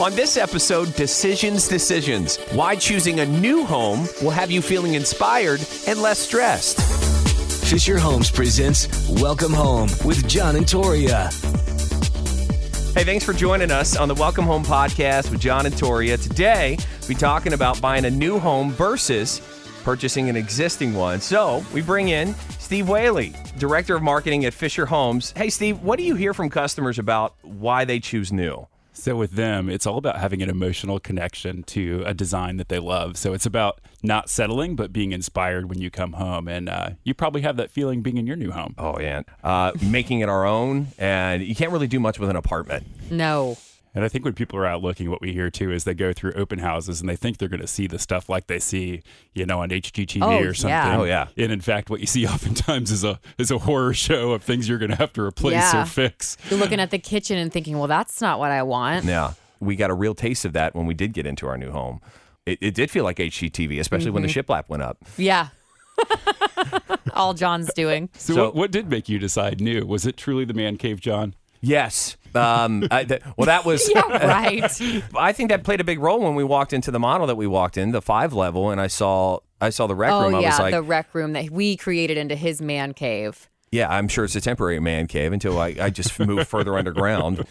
On this episode, Decisions, Decisions Why Choosing a New Home Will Have You Feeling Inspired and Less Stressed. Fisher Homes presents Welcome Home with John and Toria. Hey, thanks for joining us on the Welcome Home podcast with John and Toria. Today, we're talking about buying a new home versus purchasing an existing one. So, we bring in Steve Whaley, Director of Marketing at Fisher Homes. Hey, Steve, what do you hear from customers about why they choose new? So with them, it's all about having an emotional connection to a design that they love. So it's about not settling, but being inspired when you come home, and uh, you probably have that feeling being in your new home. Oh, yeah. Uh, making it our own, and you can't really do much with an apartment. No. And I think when people are out looking, what we hear too is they go through open houses and they think they're going to see the stuff like they see, you know, on HGTV Oh, or something. yeah. Oh, yeah. And in fact, what you see oftentimes is a is a horror show of things you're going to have to replace Yeah. or fix. You're looking at the kitchen and thinking, well, that's not what I want. Yeah. We got a real taste of that when we did get into our new home. It, it did feel like HGTV, especially when Mm-hmm. the shiplap went up. Yeah. All John's doing. So, So- what, what did make you decide new? Was it truly the man cave, John? Yes. Um, I, th- well, that was. Yeah, right. I think that played a big role when we walked into the model that we walked in, the five level, and I saw I saw the rec oh, room. I was yeah. like, the rec room that we created into his man cave. yeah, I'm sure it's a temporary man cave until I, I just move further underground.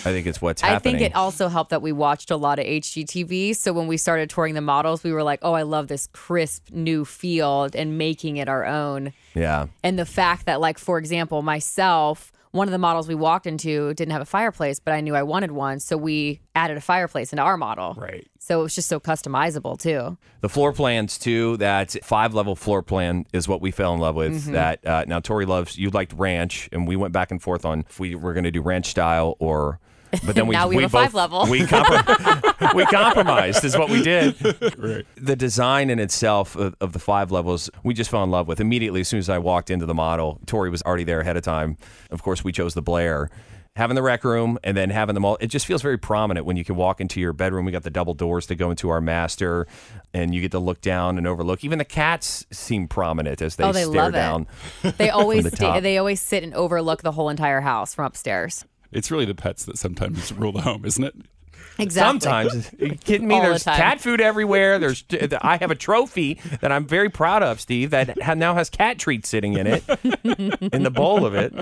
I think it's what's I happening. think it also helped that we watched a lot of HGTV. So when we started touring the models, we were like, oh, I love this crisp new field and making it our own. yeah. And the fact that, like, for example, myself, one of the models we walked into didn't have a fireplace, but I knew I wanted one. So we added a fireplace into our model. Right. So it was just so customizable, too. The floor plans too. That five level floor plan is what we fell in love Mm-hmm. with. That uh, now Tori loves. You liked ranch, and we went back and forth on if we were going to do ranch style or. But then we Now we have a both- five level. We, compro- we compromised is what we did. Right. The design in itself of, of the five levels, we just fell in love with immediately. As soon as I walked into the model, Tori was already there ahead of time. Of course, we chose the Blair. Having the rec room and then having them all, it just feels very prominent when you can walk into your bedroom. We got the double doors that go into our master, and you get to look down and overlook. Even the cats seem prominent as they, Oh, they stare love it. down. They always the sta- top. they always sit and overlook the whole entire house from upstairs. It's really the pets that sometimes rule the home, isn't it? Exactly. Sometimes, Are you kidding me? All the There's time. cat food everywhere. There's I have a trophy that I'm very proud of, Steve. That ha- now has cat treat sitting in it, in the bowl of it.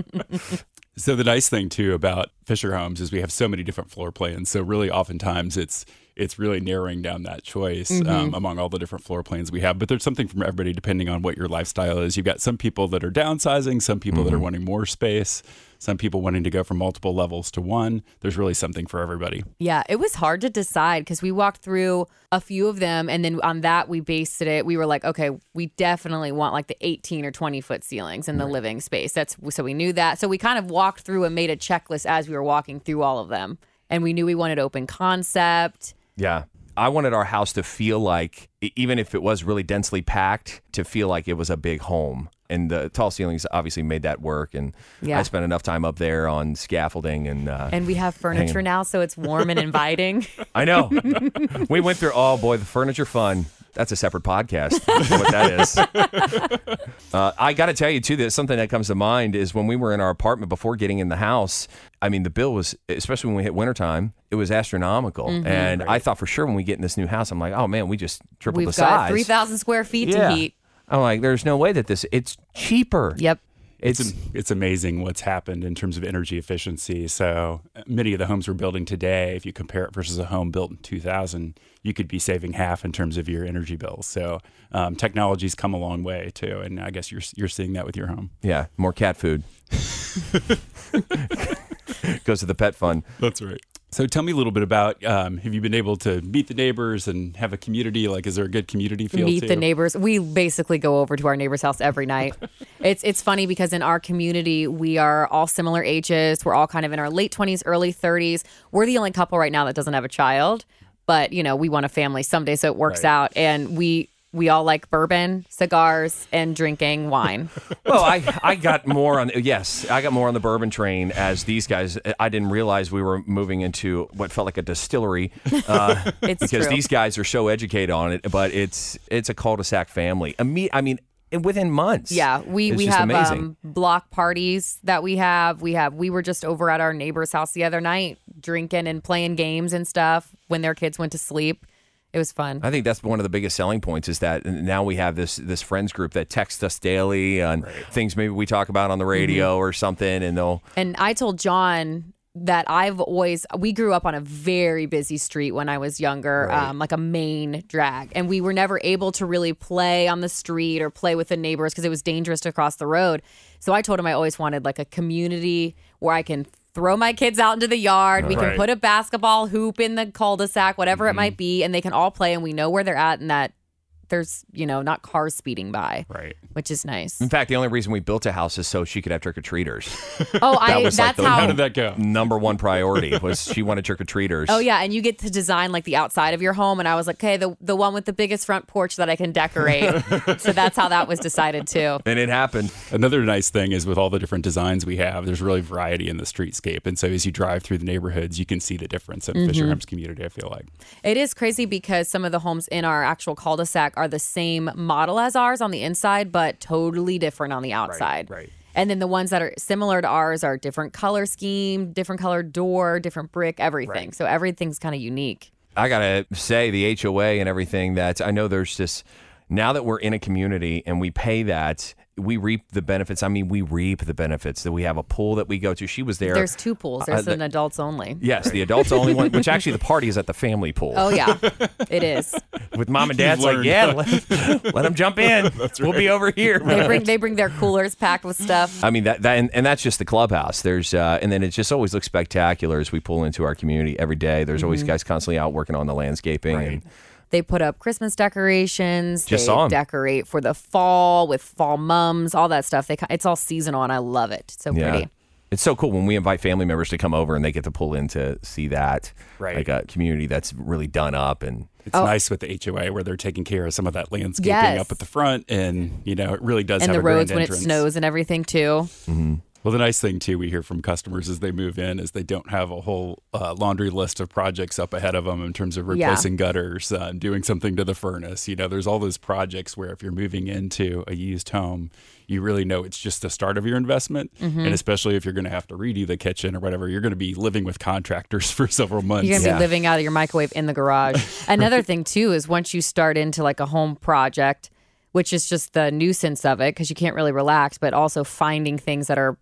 So the nice thing too about Fisher Homes is we have so many different floor plans. So really, oftentimes it's it's really narrowing down that choice um, among all the different floor plans we have. But there's something from everybody depending on what your lifestyle is. You've got some people that are downsizing, some people that are wanting more space, some people wanting to go from multiple levels to one. There's really something for everybody. Yeah, it was hard to decide because we walked through a few of them, and then on that we based it. We were like, okay, we definitely want like the 18 or 20 foot ceilings in the living space. That's so we knew that. So we kind of walked through and made a checklist as we were walking through all of them, and we knew we wanted open concept. Yeah. I wanted our house to feel like, e- even if it was really densely packed, to feel like it was a big home. And the tall ceilings obviously made that work. And Yeah. I spent enough time up there on scaffolding. And, uh, And we have furniture Hang- now, so it's warm and inviting. I know we went through, oh boy, the furniture fun. That's a separate podcast. I don't know what that is. Uh, I got to tell you, too, that something that comes to mind is when we were in our apartment before getting in the house. I mean, the bill was, especially when we hit wintertime, it was astronomical. Mm-hmm. And I thought for sure when we get in this new house, I'm like, oh man, we just tripled We've the got size. 3,000 square feet to heat. I'm like, there's no way that this. It's cheaper. Yep. It's, it's it's amazing what's happened in terms of energy efficiency. So uh, many of the homes we're building today, if you compare it versus a home built in 2000, you could be saving half in terms of your energy bills. So um, technology's come a long way too, and I guess you're you're seeing that with your home. yeah, more cat food. Goes to the pet fund. That's right. So tell me a little bit about um, have you been able to meet the neighbors and have a community? Like, is there a good community feel? meet too? the neighbors. We basically go over to our neighbor's house every night. it's it's funny because in our community we are all similar ages. We're all kind of in our late twenties, early thirties. We're the only couple right now that doesn't have a child, but you know we want a family someday, so it works out. And we we all like bourbon, cigars, and drinking wine. Well, I, I got more on yes, I got more on the bourbon train as these guys. I didn't realize we were moving into what felt like a distillery uh, It's because true. these guys are so educated on it. But it's it's a cul-de-sac family. Imme- I mean, within months. Yeah, we It's we just have amazing. um, block parties that we have. We have we were just over at our neighbor's house the other night drinking and playing games and stuff when their kids went to sleep. It was fun. I think that's one of the biggest selling points is that now we have this this friends group that texts us daily on things maybe we talk about on Mm-hmm. the radio or something, and they'll And I told John that I've always we grew up on a very busy street when I was younger, um, like a main drag, and we were never able to really play on the street or play with the neighbors because it was dangerous to cross the road. So I told him I always wanted like a community where I can throw my kids out into the yard, we can Right. put a basketball hoop in the cul-de-sac, whatever Mm-hmm. it might be, and they can all play, and we know where they're at, and that there's you know not cars speeding by, Right. which is nice. In fact, the only reason we built a house is so she could have trick or treaters. Oh, I was, like, that's the- how How did that go? Number one priority was she wanted trick or treaters. Oh yeah, and you get to design like the outside of your home, and I was like, okay, the the one with the biggest front porch that I can decorate. so that's how that was decided too. and it happened. Another nice thing is with all the different designs we have, there's really variety in the streetscape. And so as you drive through the neighborhoods, you can see the difference in Mm-hmm. Fisher Homes community, I feel like. It is crazy because some of the homes in our actual cul-de-sac are the same model as ours on the inside, but totally different on the outside. right. And then the ones that are similar to ours are different color scheme, different color door, different brick, everything. So everything's kind of unique. I gotta say the HOA and everything that I know there's this now that we're in a community and we pay that we reap the benefits. I mean, we reap the benefits that we have a pool that we go to. She was there. There's two pools. Uh, There's the- an adults only. yes, the adults only one, which actually the party is at the family pool Oh yeah, it is. with mom and dad's like, learned. yeah, let, let them jump in. We'll be over here. They bring they bring their coolers packed with stuff. I mean that, that and, and that's just the clubhouse. There's uh, and then it just always looks spectacular as we pull into our community every day. There's Mm-hmm. always guys constantly out working on the landscaping. And They put up Christmas decorations. Just they saw 'em. decorate for the fall with fall mums, all that stuff. They ki- it's all seasonal, and I love it. It's so yeah, pretty. it's so cool when we invite family members to come over and they get to pull in to see that Right. like a community that's really done up and It's nice with the HOA where they're taking care of some of that landscaping Oh. Yes. up at the front. And, you know, it really does And have the a grand roads when it entrance. snows and everything too. Well, the nice thing too we hear from customers as they move in is they don't have a whole uh, laundry list of projects up ahead of them in terms of Yeah. replacing gutters, uh, doing something to the furnace. You know, there's all those projects where if you're moving into a used home, you really know it's just the start of your investment, Mm-hmm. and especially if you're going to have to redo the kitchen or whatever, you're going to be living with contractors for several months. You're gonna Yeah. be living out of your microwave in the garage. Another thing too is once you start into like a home project, which is just the nuisance of it because you can't really relax, but also finding things that are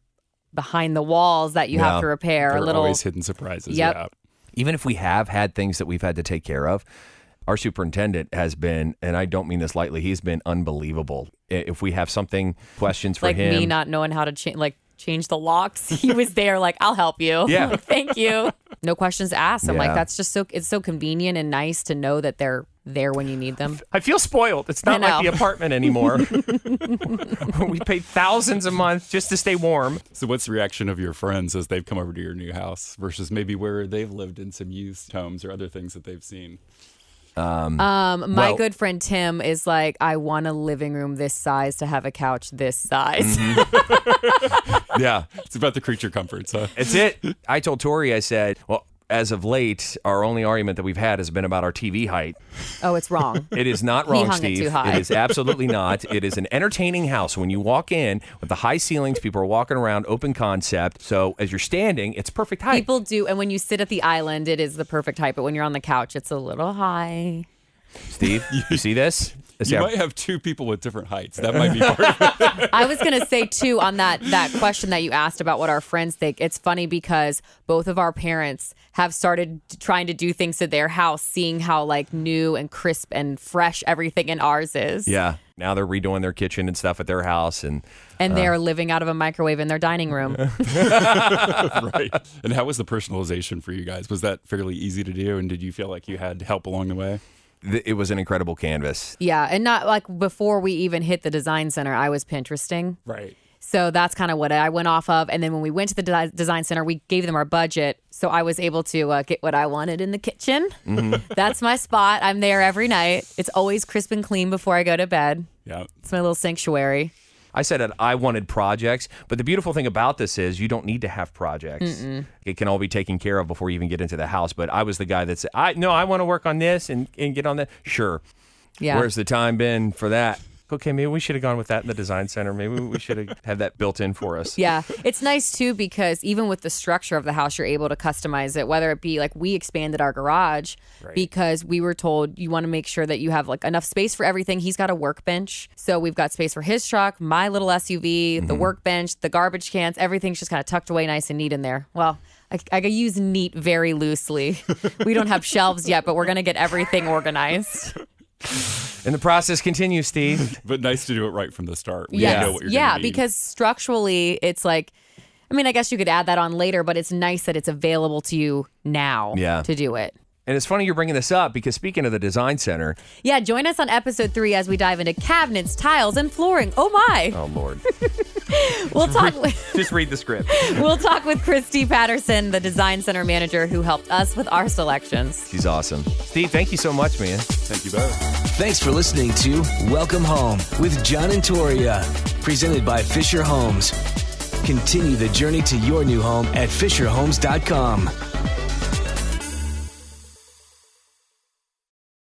behind the walls that you Yeah. have to repair. There A are little always hidden surprises. Yep. Yeah. even if we have had things that we've had to take care of, our superintendent has been, and I don't mean this lightly, he's been unbelievable. I- If we have something, questions for like him, me not knowing how to change like change the locks. He was there like, I'll help you. Yeah. Like, Thank you. No questions asked. I'm Yeah. like, that's just so it's so convenient and nice to know that they're there when you need them. I feel spoiled. It's not I like know. the apartment anymore. we pay thousands a month just to stay warm. So, what's the reaction of your friends as they've come over to your new house versus maybe where they've lived in some used homes or other things that they've seen? Um, my Well- good friend Tim is like, I want a living room this size to have a couch this size. Mm-hmm. Yeah, It's about the creature comforts, huh? it's it. I told Tori, I said, well, as of late, our only argument that we've had has been about our TV height. oh, it's wrong. It is not wrong, hung it Steve. too high. it is absolutely not. It is an entertaining house. When you walk in with the high ceilings, people are walking around, open concept. So as you're standing, it's perfect height. People do, and when you sit at the island, it is the perfect height. But when you're on the couch, it's a little high. Steve, you see this? Is You that- might have two people with different heights. That might be part of it. I was gonna say too on that that question that you asked about what our friends think. It's funny because both of our parents have started trying to do things to their house, seeing how like new and crisp and fresh everything in ours is. yeah. Now they're redoing their kitchen and stuff at their house, and And they are living out of a microwave in their dining room. right. And how was the personalization for you guys? Was that fairly easy to do? And did you feel like you had help along the way? th- it was an incredible canvas. yeah. And not like before we even hit the design center, I was Pinteresting. Right. So that's kind of what I went off of. And then when we went to the de- design center, we gave them our budget. So I was able to uh, get what I wanted in the kitchen. That's my spot. I'm there every night. It's always crisp and clean before I go to bed. Yeah. It's my little sanctuary. I said that I wanted projects, but the beautiful thing about this is you don't need to have projects. It can all be taken care of before you even get into the house. But I was the guy that said, "I no, I want to work on this and, and get on that." Sure. Yeah. Where's the time been for that? okay, maybe we should have gone with that in the design center. Maybe we should have had that built in for us. Yeah. It's nice too because even with the structure of the house, you're able to customize it, whether it be like we expanded our garage because we were told you want to make sure that you have like enough space for everything. He's got a workbench. So we've got space for his truck, my little SUV, the workbench, the garbage cans, everything's just kind of tucked away nice and neat in there. Well, I, I could use neat very loosely. we don't have shelves yet, but we're going to get everything organized. And the process continues, Steve. But nice to do it right from the start. We Yes. know what you're yeah, gonna need. because structurally, it's like, I mean, I guess you could add that on later, but it's nice that it's available to you now Yeah. to do it. and it's funny you're bringing this up because speaking of the design center, Yeah, join us on episode three as we dive into cabinets, tiles, and flooring. Oh my! oh Lord, We'll talk. With, just read the script. we'll talk with Christy Patterson, the design center manager who helped us with our selections. She's awesome. Steve, thank you so much, man. Thank you both. Thanks for listening to Welcome Home with John and Toria, presented by Fisher Homes. Continue the journey to your new home at FisherHomes.com.